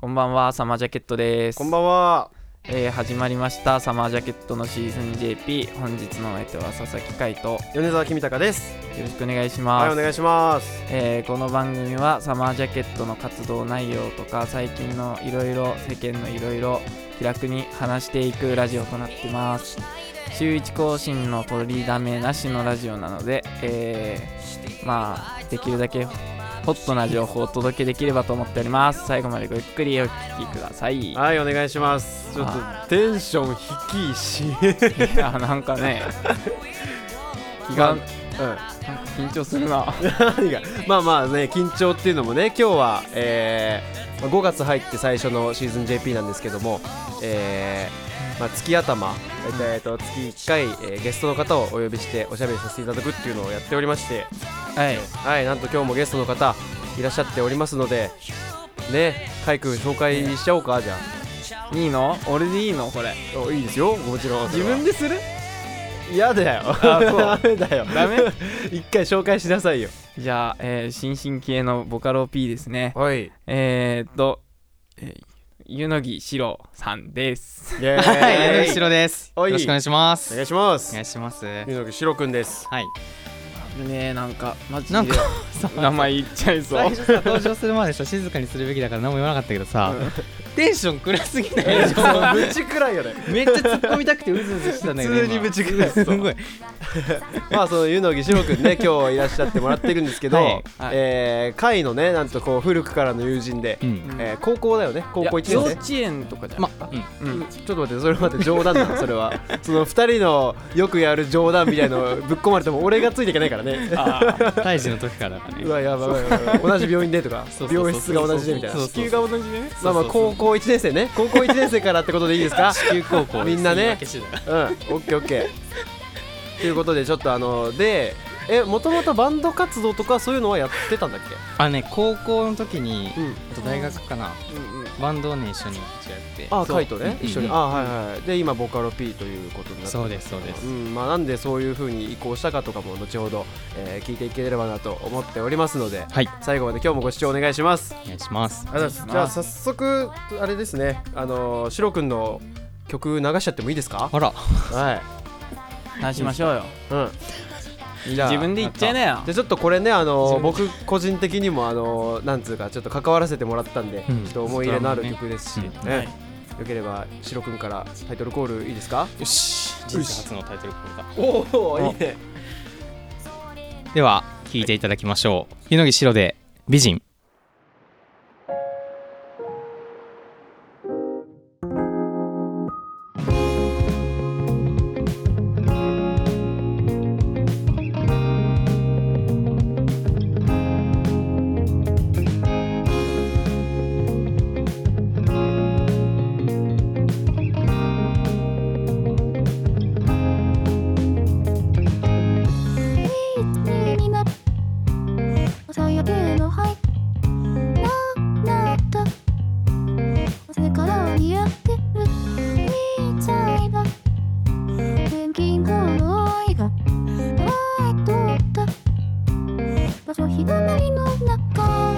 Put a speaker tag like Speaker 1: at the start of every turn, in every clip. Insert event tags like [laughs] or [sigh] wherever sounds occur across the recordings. Speaker 1: こんばんは、サマージャケットです。
Speaker 2: こんばんは。
Speaker 1: えー始まりました、サマージャケットのシーズン JP。本日のお相手は佐々木海斗。よ
Speaker 2: 米沢君高です。
Speaker 1: ろしくお願いし
Speaker 2: は
Speaker 1: ま
Speaker 2: い、
Speaker 1: す。
Speaker 2: お願いします。
Speaker 1: えーこの番組はサマージャケットの活動内容とか最近のいろいろ世間のいろいろ気楽に話していくラジオとなってます週1更新の取りだめなしのラジオなので、えーまあできるだけホットな情報をお届けできればと思っております最後までごゆっくりお聞きください
Speaker 2: はい、お願いします。ちょっとテンション低いし、
Speaker 1: いやなんかね気が
Speaker 2: [laughs] うん、
Speaker 1: 緊張するな
Speaker 2: 何が、まあまあね、緊張っていうのもね、今日は、えー、5月入って最初のシーズン JP なんですけども、えーまあ、月頭、えっと月1回、えーゲストの方をお呼びしておしゃべりさせていただくっていうのをやっておりまして、
Speaker 1: はい
Speaker 2: はい、なんと今日もゲストの方いらっしゃっておりますので、ね、カイ君紹介しちゃおうかじゃ
Speaker 1: いいの俺でいいのこれ
Speaker 2: あ。いいですよ、もちろん。
Speaker 1: 自分でする
Speaker 2: 嫌だよ
Speaker 1: あ
Speaker 2: [laughs] ダメだよ
Speaker 1: ダメ
Speaker 2: 一回紹介しなさいよ
Speaker 1: じゃあ、えー新進気鋭のボカロ P ですね。
Speaker 2: はいイ
Speaker 1: えー、っと、えー、ゆのぎしろさんです。
Speaker 2: エ
Speaker 3: はい、柳
Speaker 2: ーイ
Speaker 3: 城です。
Speaker 2: お
Speaker 3: よ
Speaker 2: い
Speaker 3: ろしくお願いしま
Speaker 2: お
Speaker 3: す。
Speaker 2: 願いしま
Speaker 3: お
Speaker 2: す
Speaker 3: 願いします。は
Speaker 2: ゆのきしろくんです
Speaker 3: い。
Speaker 1: ねえ、なんか、マジで
Speaker 3: なんか
Speaker 1: [laughs] 名前言っちゃいそう
Speaker 3: 最。初さ登場するまでさ静かにするべきだから何も言わなかったけどさ、テンション暗すぎない
Speaker 2: ぶちくらいよね [laughs]
Speaker 3: めっちゃ突っ込みたくてうずうずしてたんだけど
Speaker 2: 普通にぶち
Speaker 3: 暗いすごい
Speaker 2: まあそのゆのきしろくんね今日いらっしゃってもらってるんですけど、
Speaker 3: はい
Speaker 1: はい
Speaker 2: えー、会のねなんとこう古くからの友人で、
Speaker 3: うん
Speaker 2: えー高校だよね高校
Speaker 1: いや
Speaker 2: 1
Speaker 1: 幼
Speaker 2: 年
Speaker 1: 稚園とかじゃん。
Speaker 3: まうん
Speaker 1: う
Speaker 2: 生
Speaker 1: ん、
Speaker 2: ちょっと待ってそれ待って冗談だそれはその二人のよくやる冗談みたいのをぶっ込まれても俺がついていけないからね
Speaker 1: あ
Speaker 3: 胎児の時からだからね
Speaker 2: うわやばいやば
Speaker 3: [laughs]
Speaker 2: いやばい同じ病院でとか
Speaker 3: そうそうそう
Speaker 2: 病室が同じでみたいな
Speaker 3: そう
Speaker 1: 地球が同じでね。
Speaker 2: まあまあ
Speaker 3: そうそうそ
Speaker 2: 高
Speaker 3: う
Speaker 2: 校1年生ね高校1年生からってことでいいですか
Speaker 3: 地球高校
Speaker 2: みんなね
Speaker 3: です言い訳して
Speaker 2: うんオッケーオッケーということでちょっとあのでえもともとバンド活動とかそういうのはやってたんだっけ
Speaker 3: たあのね高校の時に
Speaker 2: うん
Speaker 3: あと大学かな
Speaker 1: うんうん
Speaker 3: バンドをね一緒に一応やって
Speaker 2: あ
Speaker 3: そう
Speaker 2: カイトね
Speaker 3: うん
Speaker 2: 一緒にあはいはいで今ボカロ P ということになって
Speaker 3: そうですそうです
Speaker 2: うんまあ、なんでそういうふうに移行したかとかも後ほど、えー聞いていければなと思っておりますので
Speaker 3: はい
Speaker 2: 最後まで今日もご視聴お願いします
Speaker 3: お願いします
Speaker 2: ありがとうございますじゃあ早速あれですねあのシロくんの曲流しちゃってもいいですか
Speaker 3: [laughs] あら
Speaker 2: はい
Speaker 1: 話しましょうよ。
Speaker 2: うんじゃあ
Speaker 1: 自分で言っちゃいなよ
Speaker 2: じゃ。あちょっとこれねあの
Speaker 1: 自
Speaker 2: 僕個人的にもあのなんつうかちょっと関わらせてもらったんで、
Speaker 3: うん
Speaker 2: ちょっと思い入れのある曲ですし、
Speaker 3: うん
Speaker 2: ね
Speaker 1: はい
Speaker 2: よければシロくんからタイトルコールいいですか
Speaker 3: よし人生初のタイトルコールだ
Speaker 2: おお
Speaker 1: い
Speaker 2: いいね
Speaker 3: では聞いていただきましょう湯野木白で美人
Speaker 4: にな朝焼けの灰ななった明日から似合ってるみたいな天気の愛が乾いとった場所日だまりの中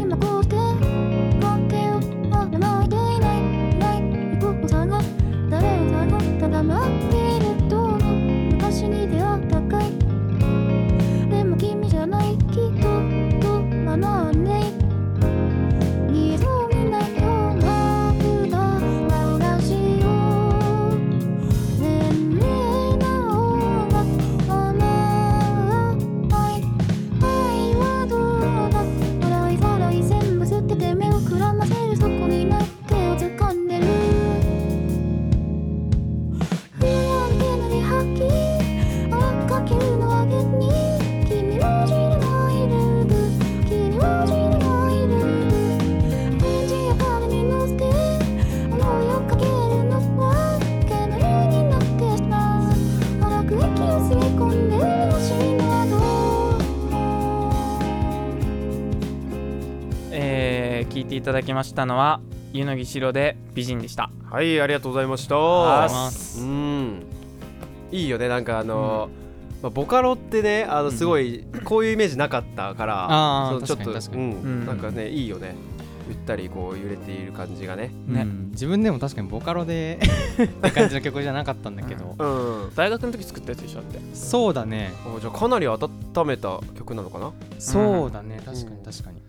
Speaker 4: 今こうして待ってよまだ泣いていないないこを探す誰を探すただ待っていると昔に出会ったかいでも君じゃないきっとと学んで二度にないようなくだらなしを年齢な方が甘い愛はどうだ笑い笑い全部捨てて目をくらませるそこにない手を掴んでる不安げなに吐き赤球の上げに君は知らないルール君は知らないルール返事や風に乗せて思いをかけるのはけのようになってした荒く息を吸い込んでほしいのはどう
Speaker 1: えー、聞いていただきましたのは、ゆのぎしろで美人でした。
Speaker 2: はいありがとうございました
Speaker 1: あ
Speaker 3: ー
Speaker 2: うんいいよねなんかあの、まあ、ボカロってねあのすごいこういうイメージなかったから、
Speaker 3: あー
Speaker 2: そのちょっと
Speaker 3: 確かに確か
Speaker 2: う
Speaker 3: に
Speaker 2: ん
Speaker 1: うん
Speaker 2: なんかねいいよねゆったりこう揺れている感じがね
Speaker 1: ね
Speaker 3: うん自分でも確かにボカ
Speaker 2: [laughs]
Speaker 3: ロでって感じの曲じゃなかったんだけど、
Speaker 2: うん
Speaker 1: 大学の時作ったやつでしょだって
Speaker 3: そうだね
Speaker 2: あじゃあかなり温めた曲なのかな
Speaker 3: そうだね確か
Speaker 2: うん
Speaker 3: に確かに、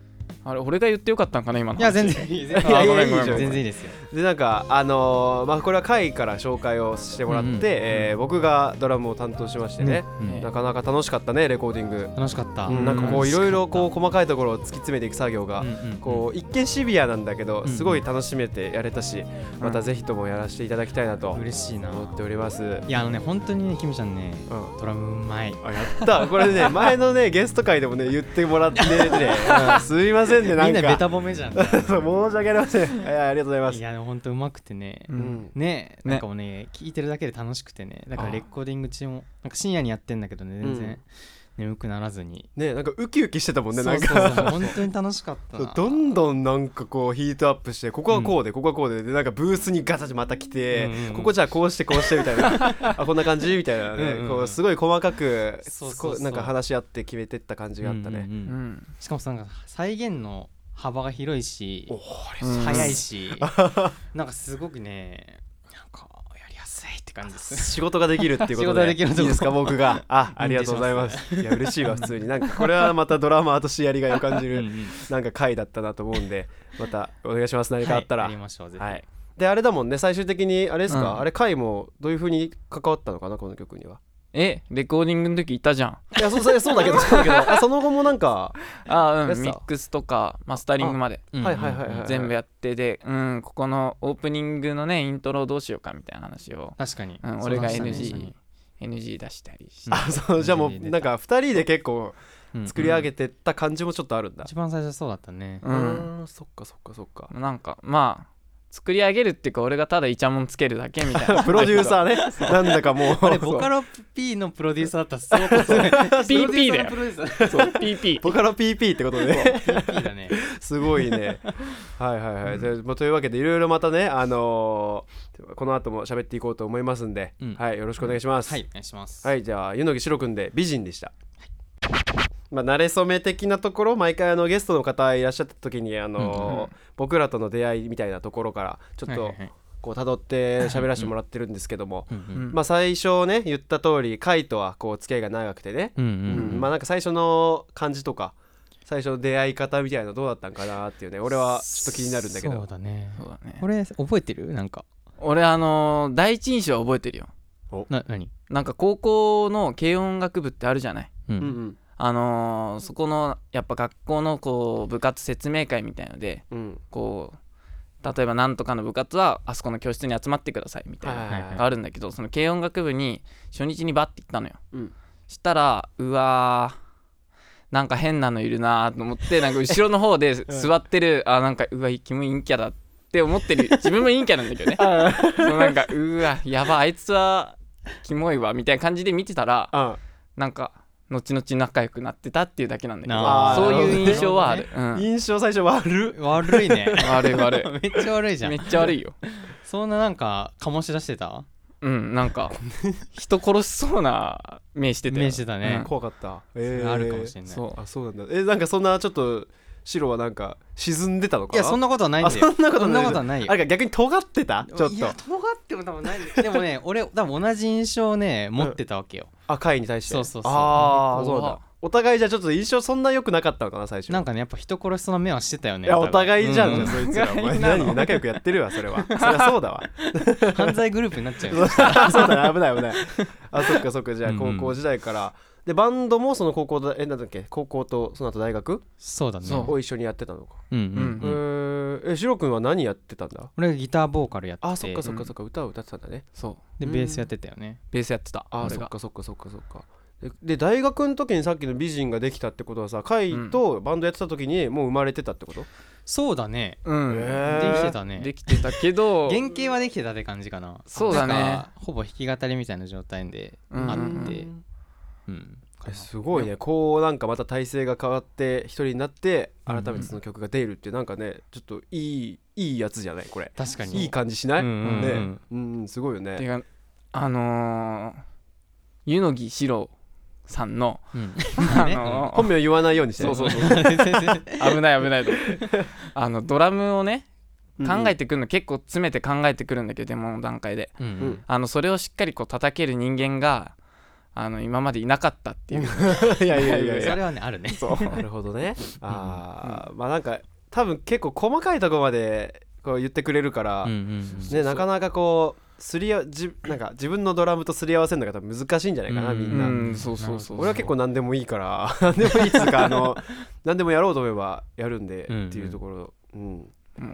Speaker 1: あれ俺が言ってよかったんかな今の
Speaker 3: いや全然いい全
Speaker 2: いやいやいい
Speaker 3: 然いいで
Speaker 2: じ
Speaker 3: す
Speaker 2: ゃん
Speaker 3: よ全然いいですよ
Speaker 2: でなんかあのーまあこれは会から紹介をしてもらって、
Speaker 3: うんうん
Speaker 2: えー僕がドラムを担当しましてね、
Speaker 3: うん
Speaker 1: うん
Speaker 2: なかなか楽しかったねレコーディング、
Speaker 3: 楽しかった、
Speaker 2: うんなんかこういろいろこう
Speaker 3: う
Speaker 2: 細かいところを突き詰めていく作業が、
Speaker 3: んうん
Speaker 2: こう一見シビアなんだけど
Speaker 3: うん
Speaker 2: すごい楽しめてやれたし、またぜひともやらせていただきたいなと
Speaker 3: 嬉しいな
Speaker 2: 思っております、うん、
Speaker 3: いやあのね本当にねキムちゃんねドラムうまい
Speaker 2: あやったこれ
Speaker 3: [laughs]
Speaker 2: ね前のねゲスト会でもね言ってもらってね、うん [laughs] すいませんねな
Speaker 3: み
Speaker 2: ん
Speaker 3: ん
Speaker 2: か
Speaker 3: なベタ褒め
Speaker 2: [laughs]
Speaker 3: じゃんい
Speaker 2: 申し訳ありませんはいありがとうございます
Speaker 3: やでも本当うまくてね、
Speaker 1: う
Speaker 2: うんん
Speaker 3: ね
Speaker 1: ね
Speaker 3: なんかもうね聞いてるだけで楽しくてねだからレコーディング中もなんか深夜にやってんだけどね全然、
Speaker 2: うん
Speaker 3: 眠くならずに、
Speaker 2: ねなんかウキウキしてたもんねなん
Speaker 3: そうそう
Speaker 2: [laughs]
Speaker 3: そう
Speaker 2: か
Speaker 3: 本当に楽しかったな
Speaker 2: どんどんなんかこうヒートアップしてここはこうで、ここはこうででなんかブースにガチャってまた来て、
Speaker 3: うんうんうん
Speaker 2: ここじゃあこうしてこうしてみたいな
Speaker 3: [laughs]
Speaker 2: あこんな感じみたいなね
Speaker 3: うんうん
Speaker 2: こうすごい細かく
Speaker 3: そうそうそう
Speaker 2: こなんか話し合って決めてった感じがあった
Speaker 1: う
Speaker 2: ね、
Speaker 3: うんうんうん
Speaker 1: ん
Speaker 3: しかもさなんか再現の幅が広いし
Speaker 2: お
Speaker 1: うん
Speaker 3: 早いし [laughs] なんかすごくねなんかやりやすいって感じです
Speaker 2: 仕事ができるっていうこ
Speaker 3: 仕
Speaker 2: と
Speaker 3: 事
Speaker 2: で
Speaker 3: ができるってこと
Speaker 2: いいですか僕があありがとうございますいや嬉しいわ普通になんかこれはまたドラマーとしてやりがいを感じ
Speaker 3: ね
Speaker 2: るなんか回だったなと思うんでまたお願いします何かあったら、
Speaker 3: はい、やりましょうぜひ、
Speaker 2: はい、であれだもんね最終的にあれですか、
Speaker 1: うん
Speaker 2: あれ回もどういうふうに関わったのかなこの曲には
Speaker 1: えレコーディングの時いたじゃん
Speaker 2: いやそうそうそうだけどそうだけどあその後もなん
Speaker 3: [laughs]
Speaker 2: か、
Speaker 1: あー
Speaker 2: や
Speaker 1: う
Speaker 2: つ
Speaker 1: ん
Speaker 2: だ
Speaker 1: ミックスとかマスタリングまで
Speaker 3: うん
Speaker 2: はいはいはいはい
Speaker 1: 全部やってでうんここのオープニングのねイントロどうしようかみたいな話を
Speaker 3: 確かに、
Speaker 1: うん俺が
Speaker 3: そうだね
Speaker 1: NG NG 出したりして
Speaker 2: あそうじゃあもうなんか2人で結構
Speaker 3: うん
Speaker 2: 作り上げてった感じもちょっとあるんだ
Speaker 3: 一番最初そうだったね
Speaker 1: う
Speaker 2: うんーんそっかそっかそっか
Speaker 1: なんかまあ作り上げるっていうか俺がただイチャモンつけるだけみたいな
Speaker 2: プロデューサーねなんだかもう
Speaker 3: あれボカロ P のプロデューサーだったら相当すごい
Speaker 1: [laughs] PP だよ
Speaker 3: プロデューサーのプロデューサー
Speaker 1: PP
Speaker 2: [laughs] ボカロ PP ってことで、ね、
Speaker 3: PP
Speaker 2: [laughs]
Speaker 3: だね
Speaker 2: すごいねはいはいはい、でまあというわけでいろいろまたねあのーこの後も喋っていこうと思いますんで、
Speaker 3: うん
Speaker 2: はいよろしくお願いします、
Speaker 3: はいお願いします
Speaker 2: はいじゃあ柚木しろくんで美人でした、まあ、慣れ初め的なところ毎回あのゲストの方いらっしゃった時にあ
Speaker 1: うんう
Speaker 2: の
Speaker 1: ん
Speaker 2: 僕らとの出会いみたいなところからちょっ
Speaker 3: は
Speaker 2: と
Speaker 3: いはいはい
Speaker 2: こう辿って喋らせてもらってるんですけども、
Speaker 3: うんうん
Speaker 2: まあ、最初ね言った通りカイとはこう付き合いが長くてね、
Speaker 3: う
Speaker 2: うん
Speaker 3: んうん
Speaker 2: まあなんか最初の感じとか最初の出会い方みたいなのどうだったんかなっていうね俺はちょっと気になるんだけ
Speaker 3: そ
Speaker 2: ど
Speaker 3: うだね
Speaker 1: そうだね
Speaker 3: これ覚えてるなんか
Speaker 1: 俺あのー第一印象は覚えてるよ
Speaker 3: な何
Speaker 1: なんか高校の軽音楽部ってあるじゃない
Speaker 3: うん
Speaker 2: うんうん
Speaker 1: あのーそこのやっぱ学校のこう部活説明会みたいので
Speaker 2: うん
Speaker 1: こう例えばなんとかの部活はあそこの教室に集まってくださいみたいな
Speaker 2: はいはい
Speaker 1: の
Speaker 2: は
Speaker 1: があるんだけどその軽音楽部に初日にバッて行ったのよ
Speaker 2: いうん
Speaker 1: したらうわーなんか変なのいるなーと思ってなんか後ろの方
Speaker 2: [laughs]
Speaker 1: で座ってる、あなんかうわ君陰キャだって思って
Speaker 2: [laughs]
Speaker 1: る自分も陰キャなんだけどねそのなんかうわやばあいつはキモいわみたいな感じで見てたら
Speaker 2: あ
Speaker 1: なんか後々仲良くなってたっていうだけなんだけど
Speaker 2: あー
Speaker 1: そう
Speaker 2: なるほ
Speaker 1: い
Speaker 2: ど
Speaker 1: う
Speaker 2: ね
Speaker 1: 印象はある、
Speaker 2: 印象最初悪
Speaker 3: うん悪いね
Speaker 1: うん、悪い悪い
Speaker 2: [laughs]
Speaker 3: めっちゃ悪いじゃ
Speaker 1: めっ
Speaker 3: ん
Speaker 1: ちゃ悪いよ
Speaker 3: そんななんか醸し出してた
Speaker 1: うんなんか人殺しそうな目してたよ
Speaker 3: 目してたね
Speaker 2: 怖かった、えー
Speaker 3: あるかもしれない
Speaker 1: そう
Speaker 2: あそうなんだえなんかそんなちょっと白はなんか沈んでたのか
Speaker 3: いやそん
Speaker 2: な
Speaker 3: なことはないんだ
Speaker 2: あ
Speaker 3: よ
Speaker 2: そんなことない
Speaker 3: はないよ
Speaker 2: あれか逆に尖ってたちょっ
Speaker 3: い
Speaker 2: と
Speaker 3: や尖っても多分ないんだよでもね俺多分同じ印象をね持ってたわけよ
Speaker 2: 赤いに対して
Speaker 3: そうそうそう
Speaker 2: ああそ
Speaker 1: 怖
Speaker 2: うなんだお互いじゃちょっと印象そんな良くなかったのかな最初
Speaker 3: なんかねやっぱ人殺しそうな目はしてたよ
Speaker 2: い
Speaker 3: ね
Speaker 2: やお互いじゃん、じゃ
Speaker 3: うう
Speaker 2: あそいつ
Speaker 1: お
Speaker 2: らお
Speaker 1: 互
Speaker 2: 前
Speaker 1: いなの
Speaker 2: 何仲良くやってるわそれはそりゃそうだわ
Speaker 3: 犯罪グループになっちゃう
Speaker 2: そう
Speaker 3: よ
Speaker 2: だね危ない危ないあそっかそっかじゃあ
Speaker 3: うんう
Speaker 2: 高
Speaker 3: ん
Speaker 2: 校時代からでバンドもその高校だえなんだっけ高校とその後大学
Speaker 3: そうだね
Speaker 1: そう
Speaker 2: を一緒にやってたのか、
Speaker 3: うん
Speaker 2: え
Speaker 3: うんうん
Speaker 2: ー、えシロ君は何やってたんだ
Speaker 3: 俺がギターボーカルやって
Speaker 2: あそっかそっかそっか歌を歌ってたんだね
Speaker 1: そう
Speaker 3: でベースやってたよね
Speaker 1: ベースやってた
Speaker 2: あ
Speaker 1: 俺
Speaker 2: そっ
Speaker 1: が
Speaker 2: かそっかそっかそっかでで大学の時にさっきの美人ができたってことはさカイとバンドやってた時にもう生まれてたってこと、
Speaker 3: そうだね
Speaker 1: うん、
Speaker 3: で
Speaker 2: へー
Speaker 3: きてたね
Speaker 1: できてたけ
Speaker 3: [laughs]
Speaker 1: ど
Speaker 3: 原型はできてたって感じかな
Speaker 1: そうだね
Speaker 3: なんかほぼ弾き語りみたいな状態で
Speaker 1: うん
Speaker 3: あ
Speaker 1: う
Speaker 3: っ
Speaker 1: ん
Speaker 3: てうん
Speaker 2: えすごいねこうなんかまた体勢が変わって一人になって改めてその曲が出るってなんかねちょっといいいいやつじゃないこれ
Speaker 3: 確かに
Speaker 2: いい感じしない、
Speaker 3: うんうんうん
Speaker 2: ねうん、すごいよね
Speaker 1: てかあのー、湯野木四郎さんの、
Speaker 3: うん
Speaker 1: あ
Speaker 3: [laughs] ね
Speaker 1: の
Speaker 2: 本名言わないようにしてね
Speaker 1: そうそうそう
Speaker 3: う
Speaker 1: 危ない危ないと思ってあのドラムをね
Speaker 2: うん
Speaker 1: 考えてくるの結構詰めて考えてくるんだけどデモの段階で
Speaker 3: ん
Speaker 1: あのそれをしっかりこう叩ける人間があの今までいなかったっていう
Speaker 2: [laughs] いやいや
Speaker 3: そ
Speaker 2: いやいや
Speaker 3: れはねあるね
Speaker 2: なるほどねああ、まあなんか多分結構細かいとこまでこう言ってくれるから、
Speaker 3: うんうん
Speaker 2: ねなかなかこうすりあじなんか自分のドラムとすり合わせるのが多分難しいんじゃないかな、
Speaker 3: うん
Speaker 2: み
Speaker 1: うん
Speaker 2: な、
Speaker 1: んそうそうそう
Speaker 2: 俺は結構何でもいいから [laughs] 何でもいいっつうかあの [laughs] 何でもやろうと思えばやるんで
Speaker 3: うん
Speaker 2: っていうところ、うん
Speaker 1: うん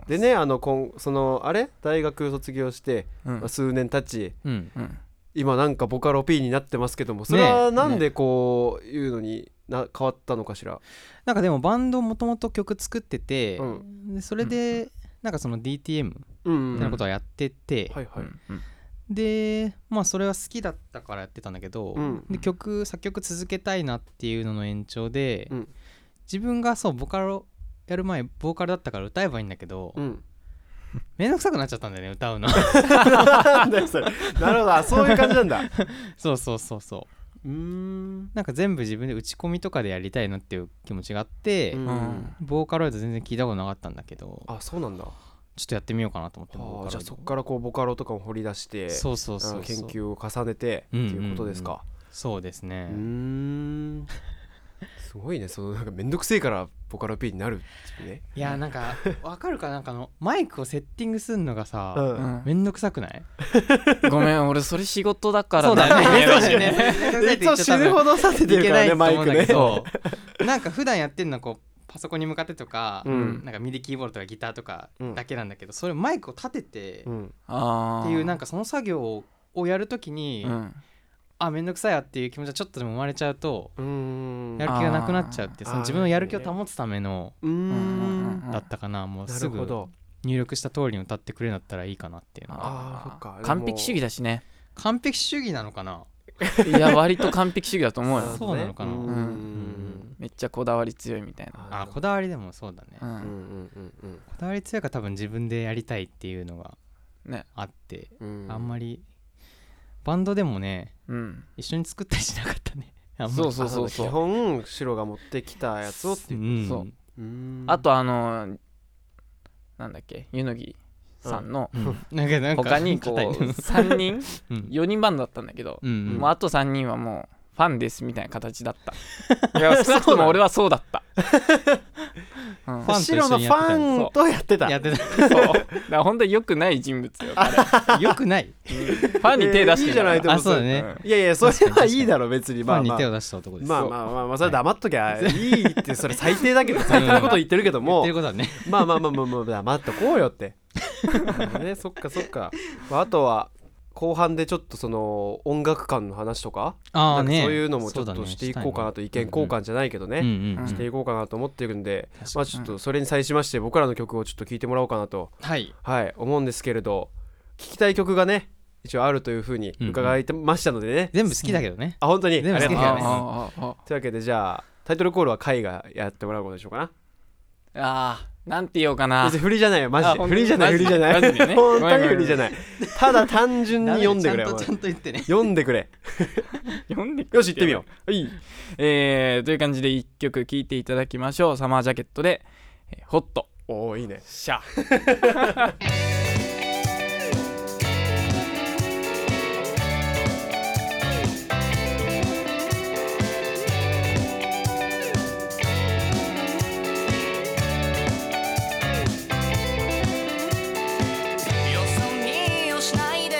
Speaker 2: でねあのこんそのあれ大学卒業して、
Speaker 1: うん
Speaker 2: まあ数年経ち
Speaker 3: うん
Speaker 1: うん
Speaker 2: 今なんかボカロ P になってますけどもそれはなんでこういうのにな変わったのかしら、
Speaker 3: なんかでもバンドもともと曲作ってて
Speaker 2: うん
Speaker 3: でそれでなんかその DTM
Speaker 2: う
Speaker 3: み
Speaker 2: ん
Speaker 3: た
Speaker 2: う
Speaker 3: い
Speaker 2: ん
Speaker 3: なことはやってて
Speaker 2: はいはい、
Speaker 1: うん
Speaker 3: でまあそれは好きだったからやってたんだけど、
Speaker 2: うん
Speaker 3: で曲作曲続けたいなっていうのの延長で、
Speaker 2: うん
Speaker 3: 自分がそうボカロやる前ボーカルだったから歌えばいいんだけど、
Speaker 2: うん [laughs]
Speaker 3: めんどくさくなっちゃったんだよね歌うの
Speaker 2: なんだよそれなるほどあそういう感じなんだ
Speaker 3: そうそうそうそう
Speaker 2: うーん
Speaker 3: なんか全部自分で打ち込みとかでやりたいなっていう気持ちがあって、
Speaker 2: うん
Speaker 1: うん
Speaker 3: ボーカロイド全然聞いたことなかったんだけど
Speaker 2: あそうなんだ、は
Speaker 3: ちょっとやってみようかなと思ってボ
Speaker 2: あ、
Speaker 3: ーカ
Speaker 2: じ
Speaker 3: ロ
Speaker 2: ゃあ
Speaker 3: イ
Speaker 2: そ
Speaker 3: ド
Speaker 2: こからこうボカロとかも掘り出して
Speaker 3: そうそうそう
Speaker 2: あ
Speaker 3: そう
Speaker 2: の研究を重ねてっていうことですか
Speaker 3: そうです
Speaker 2: う
Speaker 3: ね
Speaker 2: ーん、すごいねそのなんかめんどくせえからボカロ P になるっていうね
Speaker 3: いやな
Speaker 2: [laughs]
Speaker 3: んかわかるかなんかあのマイクをセッティングするのがさ、
Speaker 2: うん
Speaker 1: うん
Speaker 3: めんどくさくない
Speaker 1: ごめん俺それ仕事だから
Speaker 3: そうだ
Speaker 1: なん
Speaker 3: ね。
Speaker 1: けど
Speaker 3: そうだね。
Speaker 2: いつも死ぬほどさせてるからねマイクね
Speaker 3: [laughs] そう。なんか普段やってるのはこうパソコンに向かってとか、
Speaker 2: うん
Speaker 3: なんかミディキーボードとかギターとか
Speaker 2: うん
Speaker 3: だけなんだけど、それマイクを立ててっ
Speaker 2: ん
Speaker 1: [laughs] あ
Speaker 3: ていうなん
Speaker 1: か、
Speaker 3: かその作業をやるときに、
Speaker 1: うん、
Speaker 3: あめんどくさいやっていう気持ちがちょっとでも生まれちゃうと。
Speaker 2: うーん
Speaker 3: やる気がなくなっちゃうって
Speaker 2: あー
Speaker 3: その自分のやる気を保つための
Speaker 2: うー
Speaker 1: うんうんうん
Speaker 2: ん
Speaker 3: だったかなもう
Speaker 2: な
Speaker 3: す
Speaker 2: る
Speaker 3: ぐ
Speaker 2: ほど
Speaker 3: 入力した通りに歌ってくれるんだったらいいかなっていうのは
Speaker 2: あーそっかでも
Speaker 1: 完璧主義だしね
Speaker 3: 完璧主義なのかない
Speaker 1: や割と完璧主義だと思う
Speaker 2: [laughs]
Speaker 1: よ
Speaker 3: そうなのかな
Speaker 2: うー
Speaker 1: うん
Speaker 2: ん
Speaker 1: めっちゃこだわり強いみたいな、
Speaker 3: あこだわりでもそうだね
Speaker 1: う
Speaker 2: うん
Speaker 1: ん
Speaker 2: うんうん
Speaker 3: こだわり強いから多分自分でやりたいっていうのが
Speaker 1: ね
Speaker 3: あって、
Speaker 2: うん
Speaker 3: あんまりバンドでもね
Speaker 1: うん、
Speaker 3: 一緒に作ったりしなかったねあんまり
Speaker 1: そうそうそう
Speaker 2: あ
Speaker 1: そ
Speaker 2: 基
Speaker 1: う
Speaker 2: 本白が持ってきたやつをっていう
Speaker 3: うん
Speaker 1: そう
Speaker 3: う
Speaker 2: うーん
Speaker 1: あとあのーなんだっけ柚木さんの
Speaker 3: んなんかなんか
Speaker 1: 他にこう
Speaker 3: 硬いね
Speaker 1: 3人
Speaker 3: うん
Speaker 1: 4人バンドだったんだけど、
Speaker 3: うんうん
Speaker 1: もうあと3人はもうファンですみたいな形だったいや少なくとも俺はそうだった、うん、[laughs]
Speaker 3: ファンと一
Speaker 2: 白
Speaker 3: 緒
Speaker 2: の
Speaker 3: に
Speaker 2: フ
Speaker 3: やってた
Speaker 2: ァンとやってた
Speaker 1: そ
Speaker 3: やって
Speaker 1: うだから本当に良くない人物よ彼
Speaker 3: たよくない
Speaker 1: ファンに手出してから
Speaker 2: いいじゃない
Speaker 3: あそうだね、
Speaker 2: いやいやそれはいいだろ別に [laughs]
Speaker 3: フ
Speaker 2: ま
Speaker 3: ァ
Speaker 2: あ
Speaker 3: ンに
Speaker 2: まあ
Speaker 3: 手を出した男です、
Speaker 2: まあまあまあまあそれは黙っときゃいいってそれ最低
Speaker 3: [laughs]
Speaker 2: だけど最低なこと言ってるけど
Speaker 3: 言っ
Speaker 2: も
Speaker 3: てることはね
Speaker 2: まあまあまあまあまあ黙っとこうよ
Speaker 3: [laughs]
Speaker 2: ってねそっかそっかまああとは後半でちょっとその音楽観の話とか
Speaker 3: あ
Speaker 2: な
Speaker 3: あ
Speaker 2: んかそう
Speaker 3: ね
Speaker 2: いうのもちょっとしていこうかなと意見交換じゃないけど
Speaker 3: ねうん
Speaker 2: ね
Speaker 3: うん、うん
Speaker 2: していこうかなと思ってるんで
Speaker 3: 確かに
Speaker 2: まあちょっとそれに際しまして僕らの曲をちょっと聴いてもらおうかなと
Speaker 3: はい
Speaker 2: はい、思うんですけれど聴きたい曲がね一応あるというふうに伺いてましたのでね、
Speaker 3: 全部好きだけどね
Speaker 2: あ本当にあり
Speaker 3: 全部
Speaker 2: がとうござい
Speaker 3: 好
Speaker 2: ま
Speaker 3: きだよね
Speaker 2: す
Speaker 1: あーあーあー
Speaker 2: というわけでじゃあタイトルコールはカイがやってもらうことでしょうか
Speaker 1: あーなんて言おうか
Speaker 2: な
Speaker 1: な
Speaker 2: 別に振りじゃないよマ
Speaker 1: あ
Speaker 2: ジで
Speaker 1: 本
Speaker 2: 振
Speaker 1: 当に
Speaker 2: りじゃない振りじゃない
Speaker 1: マジでね
Speaker 2: 本当に振りじゃないただ単純に
Speaker 3: ダメだ
Speaker 2: 読んでくれ
Speaker 3: ちゃん
Speaker 2: お
Speaker 3: と
Speaker 2: 前
Speaker 3: ちゃんと言ってね
Speaker 2: 読んでくれ
Speaker 1: [laughs] 読んで
Speaker 2: よし行ってみようはい
Speaker 1: えー、という感じで1曲聴いていただきましょうサマージャケットで「えーホット
Speaker 2: おおいいね
Speaker 1: シャ」
Speaker 5: よそ見をしないで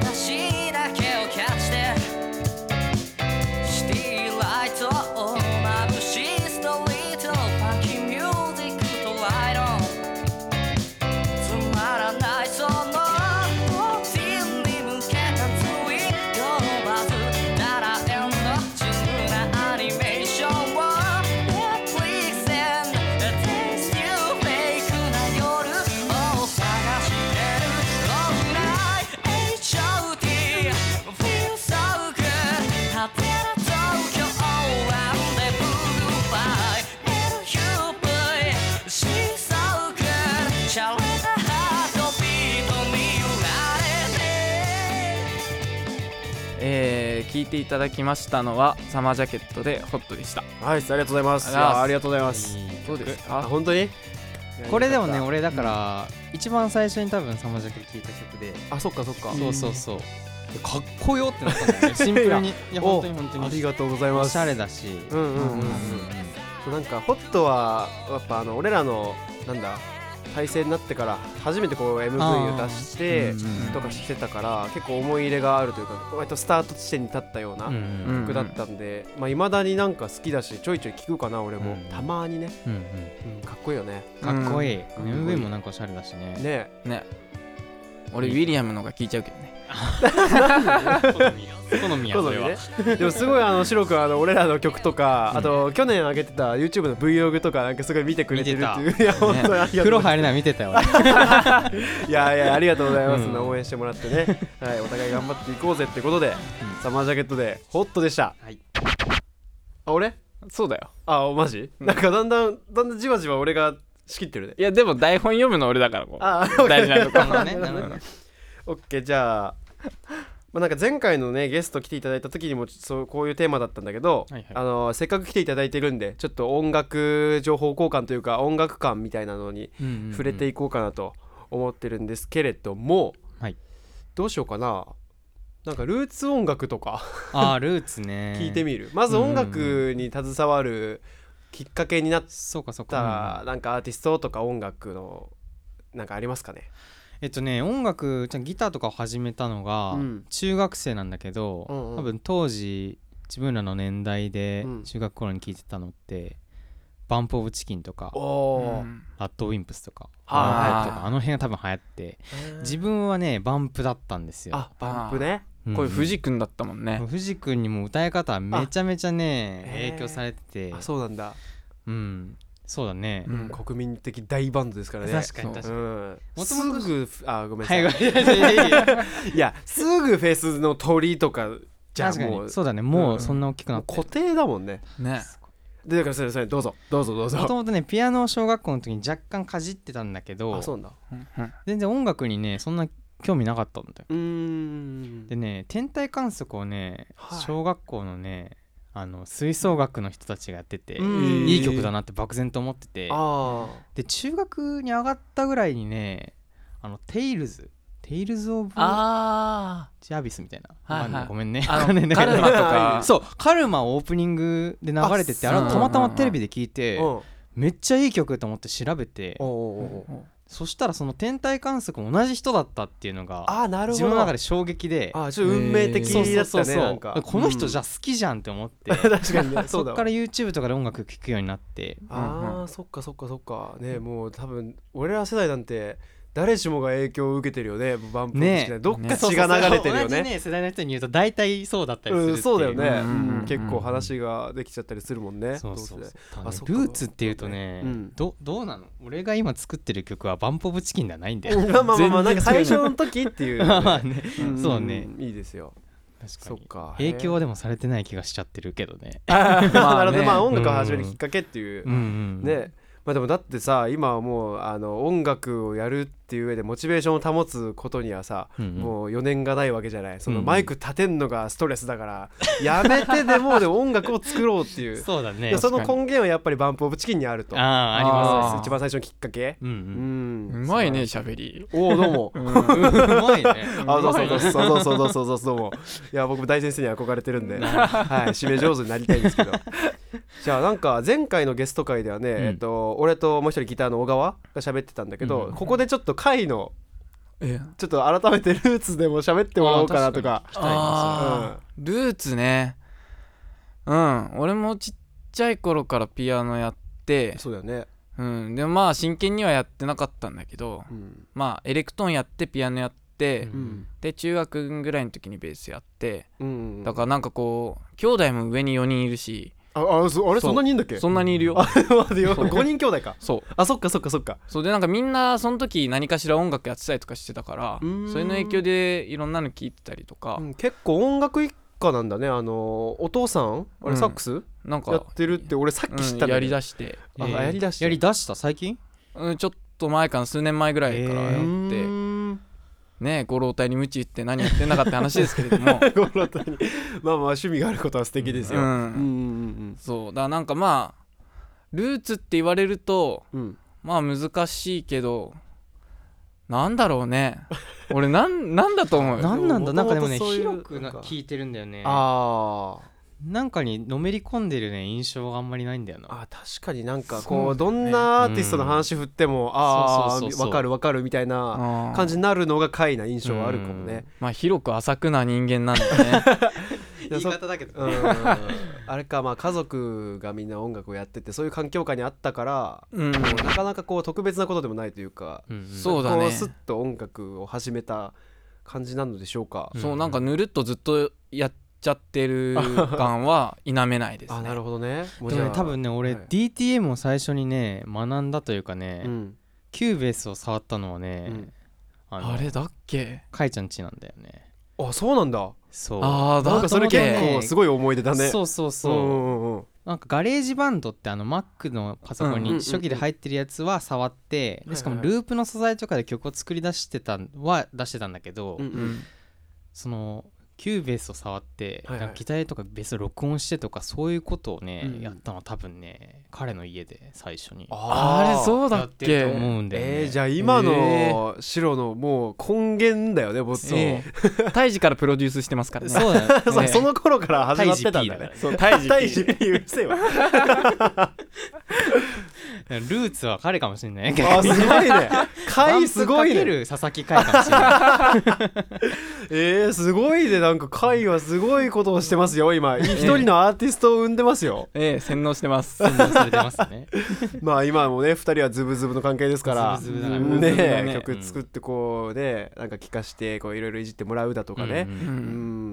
Speaker 5: 私だけをキャッチでシティライトをまぶしいストリートファンキーミュージックとライドつまらない
Speaker 1: 聞いていただきましたのはサマージャケットでホットでした
Speaker 2: はいありがとうございます
Speaker 1: ありがとうございます
Speaker 2: いやありがとうございます
Speaker 1: どうです
Speaker 2: あ
Speaker 1: か
Speaker 2: 本当に
Speaker 3: これでもね
Speaker 2: よかっ
Speaker 3: 俺だから一番最初に多分サマージャケ聴いた曲で
Speaker 2: たあそっかそっか
Speaker 3: そうそうそうかっこよってなったんだよね [laughs] シンプルにいや
Speaker 2: お
Speaker 3: 本当に本当
Speaker 2: あり
Speaker 3: に
Speaker 2: がとうございま
Speaker 3: お
Speaker 2: す
Speaker 3: しゃれだし
Speaker 2: うんうんうんうんそうなんかホットはやっぱあの俺らのなんだ体制になってから初めてこう MV を出してとかしてたから結構思い入れがあるというか割とスタート地点に立ったよう
Speaker 3: うんう
Speaker 2: なん
Speaker 3: ん
Speaker 2: 曲だったんでまあ未だになんか好きだしちょいちょい聴くかな俺も
Speaker 3: うん
Speaker 2: たまにね
Speaker 3: うん
Speaker 2: うんかっこいいよね
Speaker 3: うんかっこいい
Speaker 2: ん
Speaker 3: MV もなんかおしゃれだしね
Speaker 2: ね
Speaker 1: ね俺ウィリアムのが聞いちゃうけどね
Speaker 3: 好みやそれは
Speaker 2: 好み [laughs] ねでもすごいあの白くあの俺らの曲とかあと去年上げてた YouTube の Vlog とかなんかすごい見てくれてるっていういや本当にありがと [laughs]
Speaker 3: 風
Speaker 2: うございます
Speaker 3: 呂入れない見てたよ俺
Speaker 2: いやいやありがとうございます、
Speaker 3: うん
Speaker 2: 応援してもらってね、はい、お互い頑張っていこうぜってことで、サマージャケットでホットでした、
Speaker 3: はい
Speaker 2: あ俺
Speaker 1: そうだよ
Speaker 2: あおマジ、なんかだんだんだんだんじわじわ俺が仕切ってるね
Speaker 1: いやでも台本読むの俺だからこう
Speaker 2: あ
Speaker 1: 大事なとこ
Speaker 3: なるほどねなるほど
Speaker 2: オッケーじゃあまあ、なんか前回のねゲスト来ていただいた時にもそうこういうテーマだったんだけど、
Speaker 3: はいはい
Speaker 2: あのせっかく来ていただいてるんでちょっと音楽情報交換というか音楽感みたいなのに [laughs] 触れていこうかなと思ってるんですけれども、
Speaker 3: はい
Speaker 2: どうしようかななんかルーツ音楽とか
Speaker 3: あールーツね
Speaker 2: 聞いてみる、まず音楽に携わるきっかけになっ
Speaker 3: そうかそうか
Speaker 2: たなんかアーティストとか音楽のなんかありますかね
Speaker 3: えっとね音楽じゃあギターとかを始めたのが
Speaker 2: うん
Speaker 3: 中学生なんだけど、
Speaker 2: うんうん
Speaker 3: 多分当時自分らの年代で
Speaker 2: うん
Speaker 3: 中学頃に聴いてたのって「バンプ・オブ・チキン」とか
Speaker 2: お
Speaker 1: う
Speaker 2: おー、
Speaker 1: ん
Speaker 3: 「ラッド・ウィンプス」とか
Speaker 2: あー
Speaker 3: あの辺が多分流行って自分はねバンプだったんですよ。
Speaker 2: あバンプね
Speaker 3: うん
Speaker 1: これ藤君だったもんね
Speaker 3: 藤君にも歌い方はめちゃめちゃね
Speaker 2: あ
Speaker 3: 影響されてて
Speaker 2: あそうなんだ、
Speaker 3: うんそうだね
Speaker 1: う
Speaker 2: うんん、国民的大バンドですからね
Speaker 3: 確か
Speaker 1: に確
Speaker 2: に、うん、
Speaker 3: もともと
Speaker 2: すぐあごめんな
Speaker 3: は
Speaker 2: さい、
Speaker 3: いはい [laughs] はいはいはい
Speaker 2: いやすぐフェスの鳥とかじゃん
Speaker 3: 確か
Speaker 2: もう
Speaker 3: にそうだね
Speaker 2: う
Speaker 3: も
Speaker 2: ん
Speaker 3: うそんな大きく
Speaker 2: も
Speaker 3: な
Speaker 2: う
Speaker 3: って
Speaker 2: 固定だもんね
Speaker 1: ね
Speaker 2: でだからそれそれどうぞどうぞどう
Speaker 3: もと
Speaker 2: ぞ
Speaker 3: もとねピアノを小学校の時に若干かじってたんだけど
Speaker 2: あそうなんだ
Speaker 1: うんうん
Speaker 3: 全然音楽にねそんな興味なかったんだよ
Speaker 2: うーん
Speaker 3: でね天体観測をね、
Speaker 2: はい
Speaker 3: 小学校のねあの吹奏楽の人たちがやってて、
Speaker 2: うん
Speaker 3: いい曲だなって漠然と思ってて
Speaker 2: あ
Speaker 3: で中学に上がったぐらいにねあのテイルズテイルズ・オブ・
Speaker 1: あ
Speaker 3: ジャービスみたいな、
Speaker 1: はいはい
Speaker 3: まあごめんね
Speaker 1: あの
Speaker 3: わかんないんだけ
Speaker 1: カ
Speaker 3: ど
Speaker 1: ルマと [laughs] か
Speaker 3: そうカルマをオープニングで流れててあ
Speaker 1: あ
Speaker 3: れたまたまテレビで聞い
Speaker 2: あ
Speaker 3: て
Speaker 2: うんお
Speaker 3: めっちゃいい曲と思って調べて
Speaker 2: うおうおう
Speaker 3: そしたらその天体観測も同じ人だったっていうのが
Speaker 2: あーなるほ
Speaker 3: 自
Speaker 2: ど
Speaker 3: 分の中で衝撃で
Speaker 2: あーちょっと運命的
Speaker 3: そうそ
Speaker 2: だ
Speaker 3: う
Speaker 2: っ
Speaker 3: そう
Speaker 2: たね
Speaker 3: そ
Speaker 2: なん
Speaker 3: う
Speaker 2: か
Speaker 3: この人じゃ
Speaker 2: う
Speaker 3: あ好きじゃんって思って、
Speaker 2: ん [laughs] 確かに
Speaker 3: [laughs]
Speaker 2: ね
Speaker 3: そ
Speaker 2: だ
Speaker 3: っ
Speaker 2: わ
Speaker 3: から YouTube とかで音楽聴くようになって
Speaker 1: うん
Speaker 2: あ
Speaker 1: う
Speaker 2: ーそっかそっかそっかねもう多分俺ら世代なんて誰しもが影響を受けてるよねバンプの時代
Speaker 3: ね
Speaker 2: どっ
Speaker 1: ね
Speaker 2: か血が流れてるよ
Speaker 3: そうそう同じ
Speaker 2: ね
Speaker 3: ね世代の人に言うと大体そうだったり
Speaker 2: う
Speaker 3: するってい
Speaker 2: んそうだよね
Speaker 1: うんうんうん
Speaker 2: うん結構話ができちゃったりするもんね
Speaker 3: そうそうそう
Speaker 2: う
Speaker 3: あ
Speaker 2: そっか
Speaker 3: ルーツっていうとね、
Speaker 2: うん
Speaker 3: どどうなの俺が今作ってる曲は「バンポブチキン」ではないんだ
Speaker 2: 同
Speaker 3: よ、
Speaker 2: 世
Speaker 3: [laughs]
Speaker 2: 代まあまあまあまあなんか
Speaker 1: 全
Speaker 2: 最
Speaker 1: 然違う
Speaker 2: 初の時っていうの
Speaker 3: ま
Speaker 2: が
Speaker 3: あ
Speaker 2: ね
Speaker 3: ね
Speaker 2: ん
Speaker 3: そうね
Speaker 2: いいですよ
Speaker 3: 確か
Speaker 2: そっ
Speaker 3: に
Speaker 2: か
Speaker 3: 影響はでもされてない気がしちゃってるけどね
Speaker 2: [laughs] まあ、なるほど、
Speaker 1: ね
Speaker 2: まあ、音楽を始めるきっかけっていう、
Speaker 3: うんうん
Speaker 2: ね。まあ、でも、だってさ、今はもう、あの、音楽をやるっていう上で、モチベーションを保つことにはさ。
Speaker 3: うんうん
Speaker 2: もう4年がないわけじゃない、その
Speaker 3: うん
Speaker 2: マイク立てんのがストレスだから。やめて、でも、でも音楽を作ろうっていう。
Speaker 3: そうだね
Speaker 2: でその根源はやっぱりバンプオブチキンにあると。
Speaker 3: あああります
Speaker 1: あー
Speaker 2: 一番最初のきっかけ。
Speaker 3: うん
Speaker 2: う。
Speaker 3: うん
Speaker 1: うんんうまいね喋り
Speaker 2: おお、どうも。
Speaker 1: うん
Speaker 3: うまいね
Speaker 1: [laughs]
Speaker 2: あそうそうそうそうそうそうそうそうそうどうもいや僕も大先生に憧れてるんで、はい、締め上手になりたいんです
Speaker 1: [laughs]
Speaker 2: けどじゃあなんか前回のゲスト会ではね、
Speaker 3: ん
Speaker 2: えっと、俺ともう一人ギターの小川が喋ってたんだけど、
Speaker 3: うん
Speaker 2: ここでちょっと会の
Speaker 1: え
Speaker 2: ちょっと改めてルーツでも喋ってもらおうかなとか
Speaker 3: あー確かに聞きたいな
Speaker 1: あールーツねうん俺もちっちゃい頃からピアノやって
Speaker 2: そうだよね、
Speaker 1: うんでもまあ真剣にはやってなかったんだけど
Speaker 2: うん
Speaker 1: まあエレクトーンやってピアノやって
Speaker 3: うん
Speaker 1: で中学ぐらいの時にベースやって
Speaker 2: うん、
Speaker 1: だからなんかこう兄弟も上に4人いるし
Speaker 2: ああそあれ
Speaker 1: そう
Speaker 2: そんなにいいんだっけ
Speaker 1: そんなにいるよ
Speaker 2: あ [laughs] 待ってよ5人兄弟か
Speaker 1: そう
Speaker 2: あそっかそっかそっか
Speaker 1: そうでなんかみんなその時何かしら音楽やってたりとかしてたから
Speaker 2: うーん
Speaker 1: それの影響でいろんなの聞いてたりとか、
Speaker 2: うん結構音楽一家なんだねあのお父さんあ
Speaker 1: う
Speaker 2: れ
Speaker 1: ん
Speaker 2: サックス、
Speaker 1: なんか
Speaker 2: やってるって俺さっき知った
Speaker 1: うんん、
Speaker 2: だ
Speaker 1: や
Speaker 2: け
Speaker 1: り
Speaker 2: ど
Speaker 1: だして、
Speaker 2: あやりだした
Speaker 3: やりだした最近
Speaker 1: うん、ちょっと前かな数年前ぐらいからやって、
Speaker 2: うーん [laughs]
Speaker 1: ねご老体に無知言って何やってんだかって話ですけれども
Speaker 2: ご老体にまあまあ趣味があることは素敵ですよ、
Speaker 1: う
Speaker 2: うん
Speaker 1: ん、
Speaker 2: うん
Speaker 1: そうだからなんかまあルーツって言われると
Speaker 2: うんうん
Speaker 1: まあ難しいけどなんだろうね俺なんなんだと思うよ
Speaker 3: なんなんだなんかでもね
Speaker 2: 元々そういう
Speaker 3: 広く
Speaker 2: な
Speaker 3: なん
Speaker 2: か
Speaker 3: 聞いてるんだよね
Speaker 2: あー
Speaker 3: なんかにのめり込んでるね印象があんまりないんだよな
Speaker 2: あ確かになんか
Speaker 1: そう
Speaker 2: こ
Speaker 1: だ
Speaker 2: う
Speaker 1: ね
Speaker 2: どんなアーティストの話振っても、ああ
Speaker 3: そうそうそうそう
Speaker 2: わかるわかるみたいな
Speaker 1: あー
Speaker 2: 感じになるのが快な印象はあるかもね、
Speaker 1: まあ広く浅くな人間なんだね
Speaker 2: いやそ
Speaker 3: だけど
Speaker 2: うんあれかまあ家族がみんな音楽をやっててそういう環境下にあったから、
Speaker 1: うん
Speaker 2: こうなかなかこう特別なことでもないというか、
Speaker 1: そうだ
Speaker 2: こ
Speaker 1: ね
Speaker 2: うスッと音楽を始めた感じなのでしょうか、
Speaker 1: そうなんかぬるっとずっとやっちゃってる感は否めないですね
Speaker 2: あなるほどねもう
Speaker 3: で
Speaker 2: じゃ
Speaker 3: も
Speaker 2: あ
Speaker 3: ね多分ね俺
Speaker 2: はい
Speaker 3: DTM を最初にね学んだというかね、
Speaker 2: うん
Speaker 3: キューベースを触ったのはね、
Speaker 2: うん
Speaker 3: あの
Speaker 1: あれだっけ
Speaker 3: かいちゃんちなんだよね
Speaker 2: あそうなんだ
Speaker 3: そう
Speaker 1: ああ
Speaker 2: な
Speaker 1: だ
Speaker 2: んかそれ結
Speaker 3: ね
Speaker 2: 構すごい思い出だね
Speaker 3: そうそうそう、
Speaker 2: うんうんうん
Speaker 3: なんかガレージバンドってあの Mac のパソコン
Speaker 2: うんうんうんうん
Speaker 3: に初期で入ってるやつは触って、
Speaker 2: はいはい
Speaker 3: でしかもループの素材とかで曲を作り出してたんは出してたんだけど、
Speaker 2: うん
Speaker 1: う
Speaker 2: うん
Speaker 1: ん
Speaker 3: そのキューベースを触って、
Speaker 2: はいはい
Speaker 3: なんかギターとかベースを録音してとかそういうことをね、
Speaker 2: うんうん
Speaker 3: やったのは多分ね彼の家で最初に
Speaker 1: あれ
Speaker 2: う
Speaker 1: そう
Speaker 3: や
Speaker 1: だ
Speaker 3: っ
Speaker 1: って
Speaker 3: る
Speaker 1: け
Speaker 3: と思うんだよね、
Speaker 2: えーじゃあ今
Speaker 1: え
Speaker 2: の白のもう根源だよねボツ
Speaker 1: そう、胎児からプロデュースしてますからね
Speaker 3: そうだ [laughs] ね
Speaker 2: [laughs] そうその頃から始まってたんだ
Speaker 3: 胎児 P だ
Speaker 2: ね
Speaker 3: ね
Speaker 2: そう胎児 P 胎児 P うるせえわ
Speaker 3: ルーツは彼かもし
Speaker 2: [laughs]
Speaker 3: れないけど
Speaker 2: あすごいね回すごい
Speaker 3: バンプかけ
Speaker 2: ね
Speaker 3: る佐々木海かもしれない
Speaker 2: えー、すごいねなんか回はすごいことをしてますよ今一人のアーティストを生んでますよ
Speaker 1: ええ洗脳して
Speaker 3: [laughs]
Speaker 1: ます
Speaker 3: 洗脳されてます
Speaker 2: [laughs]
Speaker 3: ね
Speaker 2: まあ今もね二人はズブズブの関係ですから
Speaker 3: ズブズブだね
Speaker 2: ね
Speaker 1: うん
Speaker 2: 曲作ってこうねなんか聴かしてこういろいろいじってもらうだとかね
Speaker 3: うん
Speaker 1: う
Speaker 2: う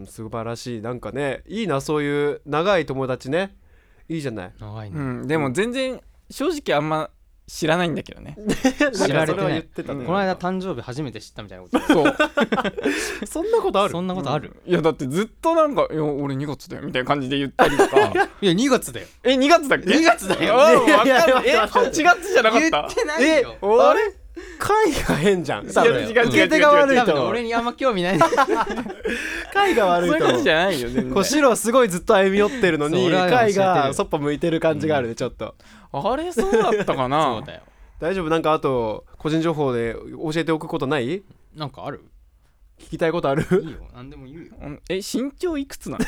Speaker 2: んん素晴らしいなんかねいいなそういう長い友達ねいいじゃない
Speaker 3: 長いね、
Speaker 1: うん、でも全然正直あんま知らないんだけどね
Speaker 3: [laughs] 知ら
Speaker 2: ん
Speaker 3: れてない
Speaker 2: かそは言ってたね
Speaker 3: この間誕生日初めて知ったみたいなこと
Speaker 1: そう
Speaker 2: そんなことある
Speaker 3: そんなことある、
Speaker 1: いやだってずっとなんか「いや俺2月だよ」みたいな感じで言ったりとか
Speaker 3: [laughs] いや2月だよ
Speaker 1: え2月だっけ
Speaker 3: 2月だよ
Speaker 1: あ
Speaker 2: いや
Speaker 1: わ
Speaker 2: いやいや
Speaker 1: かんないえ8月じゃなか
Speaker 3: 言
Speaker 1: っ
Speaker 3: ったてな
Speaker 2: え
Speaker 3: いよ
Speaker 2: あれ回が変じゃん
Speaker 1: 多分
Speaker 3: い
Speaker 1: 違
Speaker 3: や
Speaker 1: う
Speaker 2: 受
Speaker 1: 違う違う違う
Speaker 2: け手が悪い
Speaker 3: 多分ね
Speaker 2: と思う
Speaker 3: 俺にあんま興味ない
Speaker 2: 回が悪い
Speaker 1: そういう
Speaker 2: と
Speaker 1: 感
Speaker 2: 思
Speaker 1: じ
Speaker 2: う
Speaker 1: じゃないよ全
Speaker 2: こ
Speaker 1: 然
Speaker 2: う白すごいずっと歩み寄ってるの
Speaker 3: そう
Speaker 2: に
Speaker 3: 俺は
Speaker 2: 回
Speaker 3: 教えて
Speaker 2: が
Speaker 3: る
Speaker 2: そっぽ向いてる感じがあるねちょっと
Speaker 1: あれそうだったかな
Speaker 3: [laughs] そうだよ
Speaker 2: 大丈夫なんかあと個人情報で教えておくことない
Speaker 3: なんかある
Speaker 2: 聞きたいことある
Speaker 3: いいよ何でも言うよ
Speaker 1: うんえ身長いくつなの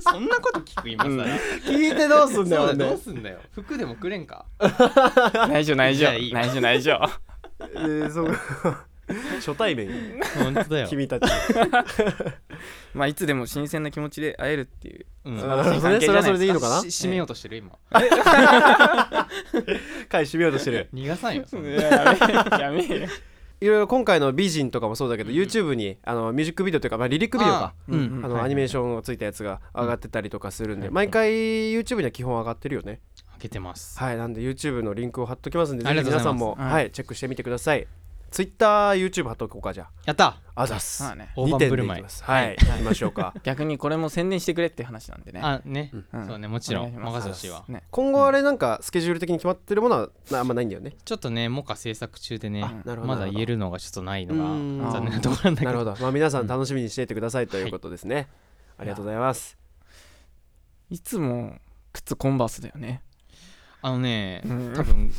Speaker 3: そんなこと聞く今さ、
Speaker 1: うん
Speaker 2: 聞いてどうすんだ
Speaker 3: そうだ
Speaker 2: よ
Speaker 3: よ
Speaker 2: ね
Speaker 3: どうすんだよ服でもくれんか
Speaker 1: 内緒内
Speaker 3: じ
Speaker 1: 緒
Speaker 3: ゃあいい
Speaker 1: 内緒内緒
Speaker 2: えーそう [laughs] 初対面
Speaker 3: 本当だよ
Speaker 2: [laughs] 君たち
Speaker 1: まあいつでも新鮮な気持ちで会えるっていう
Speaker 3: うん
Speaker 1: あ
Speaker 2: なるほどねそれはそれでいいのかな
Speaker 3: し締めようとしてる今
Speaker 2: 回閉めようとしてる
Speaker 3: 逃がさんよそんな
Speaker 1: やめえよ
Speaker 2: いろいろ今回の美人とかもそうだけど YouTube にあのミュージックビデオというかまあリリックビデオか
Speaker 1: う
Speaker 3: う
Speaker 1: ん
Speaker 3: ん
Speaker 2: あのアニメーションをついたやつが上がってたりとかするんで、毎回 YouTube には基本上がってるよね。
Speaker 3: 開けてます
Speaker 2: はい、なんで YouTube のリンクを貼っときますんで、ぜ
Speaker 3: あり
Speaker 2: ひ皆
Speaker 3: がとうござい
Speaker 2: さ
Speaker 3: ます
Speaker 2: んも、
Speaker 1: はい
Speaker 2: はい、チェックしてみてください。Twitter、YouTube 貼っとこうか、じゃ
Speaker 3: やった
Speaker 2: あ。あざっす。
Speaker 1: まあね
Speaker 3: 大盤
Speaker 2: 2点
Speaker 3: 振
Speaker 2: で
Speaker 3: る
Speaker 2: いき
Speaker 3: 舞い
Speaker 2: ます。はい、行きましょう
Speaker 3: [laughs]
Speaker 2: か。
Speaker 1: 逆にこれも宣伝してくれって話なんでね
Speaker 3: あね
Speaker 1: うん
Speaker 3: そうねもちろ
Speaker 1: お
Speaker 3: ん
Speaker 1: 願いします
Speaker 3: 任せてほしいわ
Speaker 1: ね
Speaker 2: 今後あれなんかスケジュール的に決まってるものはなあんまないんだよね。
Speaker 3: ちょっとねモカ制作中でね
Speaker 2: あなるほど
Speaker 3: まだ言えるのがちょっとないのが
Speaker 2: うん
Speaker 3: 残念なところなんだ
Speaker 2: [laughs]
Speaker 3: け
Speaker 2: なる
Speaker 3: ど
Speaker 2: ほど。まあ皆さん楽しみにしていてくださいということですね。ありがとうございます。
Speaker 1: いつも靴コンバースだよね
Speaker 3: あのね
Speaker 1: うん
Speaker 3: 多分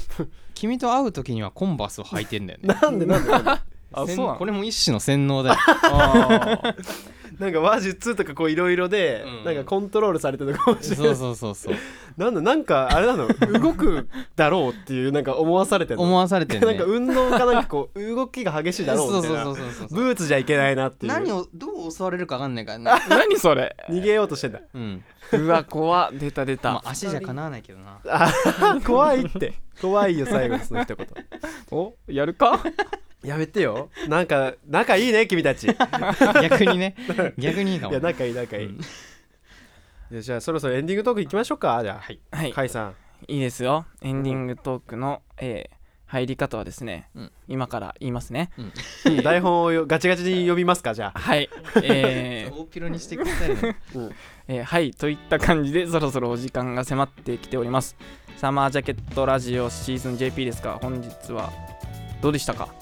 Speaker 3: 君と会う時にはコンバースを履いてんだよね
Speaker 2: なんでなん [laughs] でなんで
Speaker 1: あ
Speaker 3: 洗
Speaker 1: そうなの
Speaker 3: これも一種の洗脳だよ
Speaker 2: なんか話術とかこういろいろで、
Speaker 3: うん
Speaker 2: なんかコントロールされてるのかもしれない
Speaker 3: そうそうそう [laughs] そう
Speaker 2: [laughs] なんだなんかあれなの動くだろうっていうなんか思わされてるの
Speaker 3: 思わされてる
Speaker 2: な
Speaker 3: ね
Speaker 2: んか運動かなんかこう動きが激しいだろう
Speaker 3: そ
Speaker 2: み
Speaker 3: う
Speaker 2: たいな
Speaker 3: そうそうそうそう
Speaker 2: ブーツじゃいけないなっていう
Speaker 3: [laughs] 何をどう襲われるか分かんないからな
Speaker 1: [laughs] 何それ
Speaker 2: 逃げようとしてんだ
Speaker 3: うん
Speaker 1: うわ怖っ出た出た、
Speaker 3: まあ足じゃかなわないけどな
Speaker 2: 怖いって怖いよ最後のその [laughs] 一言
Speaker 1: おやるか
Speaker 2: やめてよなんか仲いいね君たちいや
Speaker 3: [laughs] 逆に [laughs] ね逆にいいかも
Speaker 2: 仲いい仲いい、
Speaker 3: うん
Speaker 2: で [laughs] じゃあそろそろエンディングトークいきましょうかじゃあ
Speaker 3: はい
Speaker 1: はい
Speaker 2: 甲斐さん
Speaker 1: いいですよエンディングトークの、えー入り方はですね、
Speaker 3: うん
Speaker 1: 今から言いますね
Speaker 2: 台本をよガチガチに読みますかじゃあ
Speaker 1: はい、え
Speaker 3: [laughs]
Speaker 1: ー
Speaker 3: 大ピロにしてくださいね
Speaker 1: えーはいといった感じでそろそろお時間が迫ってきておりますサマージャケットラジオシーズン JP ですが本日はどうでしたか
Speaker 3: [laughs]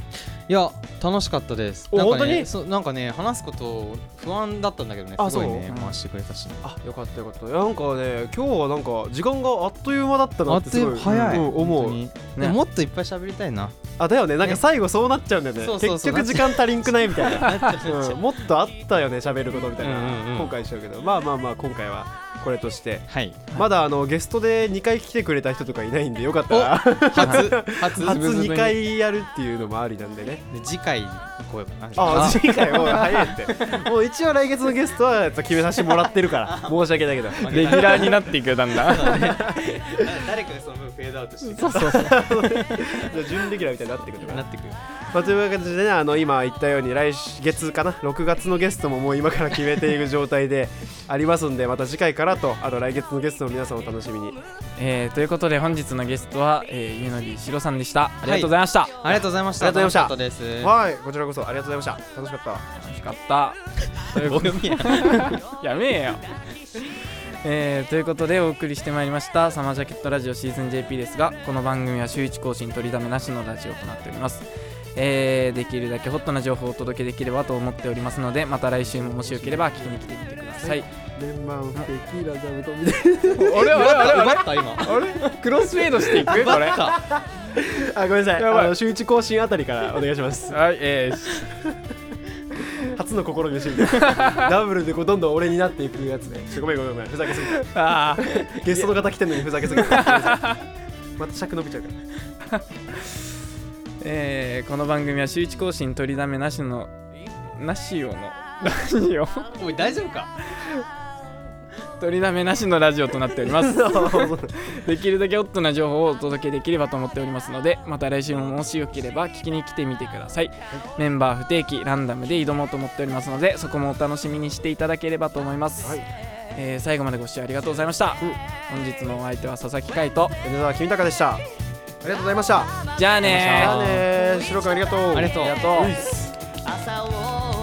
Speaker 3: いや楽しかったです
Speaker 2: お
Speaker 3: なんかね
Speaker 2: 本当に
Speaker 3: そうなんかね話すこと不安だったんだけどね
Speaker 2: あ
Speaker 3: すごいね
Speaker 1: そう
Speaker 3: 回してくれたし
Speaker 2: あよかったよかったいやなんかね今日はなんか時間があっという間だったな
Speaker 3: あ
Speaker 2: っ
Speaker 3: ってと
Speaker 2: す
Speaker 3: い
Speaker 2: ご
Speaker 3: う
Speaker 2: い
Speaker 3: 早い、
Speaker 2: うん思
Speaker 3: 本当
Speaker 2: う
Speaker 3: にでももっといっぱい喋りたい [laughs] な
Speaker 2: あだよねなんか
Speaker 3: ね
Speaker 2: 最後そうなっちゃうんだよね
Speaker 3: そうそうそう
Speaker 2: 結局時間足りんくないみたいな
Speaker 3: [laughs] なっちゃうなっちゃ
Speaker 2: う
Speaker 3: うん
Speaker 2: もっとあったよね喋ることみたいな、
Speaker 3: うんうんうん
Speaker 2: 後悔しちゃうけどまあまあまあ今回はこれとして
Speaker 3: はい
Speaker 2: まだあのゲストで2回来てくれた人とかいないんでよかったら
Speaker 3: 初初
Speaker 2: [laughs] 初2回やるっていうのもありなんでね
Speaker 3: で次回行こうかな
Speaker 2: あ次回もう早いってもう一応来月のゲストは決めさせてもらってる [laughs] から申し訳ないけど
Speaker 1: レギュラーになっていくよだんだ
Speaker 3: [laughs]
Speaker 1: ん
Speaker 3: 誰かでその分フェードアウトして
Speaker 2: じゃあ準レギュラーみたいになってくるか
Speaker 3: な
Speaker 2: な、
Speaker 3: ってくる
Speaker 2: まあ、という形でねあの今言ったように来月かな6月のゲストももう今から決めていく状態でありますんでまた次回からとあと来月のゲストの皆さんを楽しみに
Speaker 1: えーということで本日のゲストは、えー、ゆのりしろさんでしたありがとうございました、
Speaker 3: ありがとうございました
Speaker 2: ありがとうございました
Speaker 3: 楽しかったです
Speaker 2: はいこちらこそありがとうございました楽しかっ
Speaker 1: 楽しかった [laughs] やめえよ、えーということでお送りしてまいりました「サマージャケットラジオシーズン JP」ですがこの番組は週1更新取りだめなしのラジオとなっております、えーできるだけホットな情報をお届けできればと思っておりますのでまた来週ももしよければ聞きに来てみてください
Speaker 2: たレンマンテキーラザブトみたい
Speaker 1: あれあれ
Speaker 3: 奪った今
Speaker 1: クロスフェードしていくこれ [laughs] は
Speaker 2: な [laughs] あごめんなさい
Speaker 1: やばい
Speaker 2: あの週一更新あたりからお願いします
Speaker 1: いえ
Speaker 2: 初の試みのシ [laughs] ーンダブルでこうどんどん俺になっていくやつねちょごめんごめんごめんふざけすぎた
Speaker 1: あ
Speaker 2: ゲストの方来てんのにふざけすぎ [laughs] てまた尺伸びちゃうから
Speaker 1: えーこの番組は週1更新取りだめなしのなしよの [laughs] ラジオ
Speaker 3: おい大丈夫か
Speaker 1: 取りだめなしのラジオとなっております
Speaker 2: [laughs]
Speaker 1: できるだけホットな情報をお届けできればと思っておりますのでまた来週ももしよければ聞きに来てみてくださいメンバー不定期ランダムで挑もうと思っておりますのでそこもお楽しみにしていただければと思います、
Speaker 2: はい
Speaker 1: えー最後までご視聴ありがとうございました、本日のお相手は佐々木海斗
Speaker 2: 米沢君高でしたありがとうございました
Speaker 1: じゃあねー
Speaker 2: じゃあねー白くんありがとう
Speaker 3: ありがとう
Speaker 1: ありがとう
Speaker 2: ういっす
Speaker 5: 朝を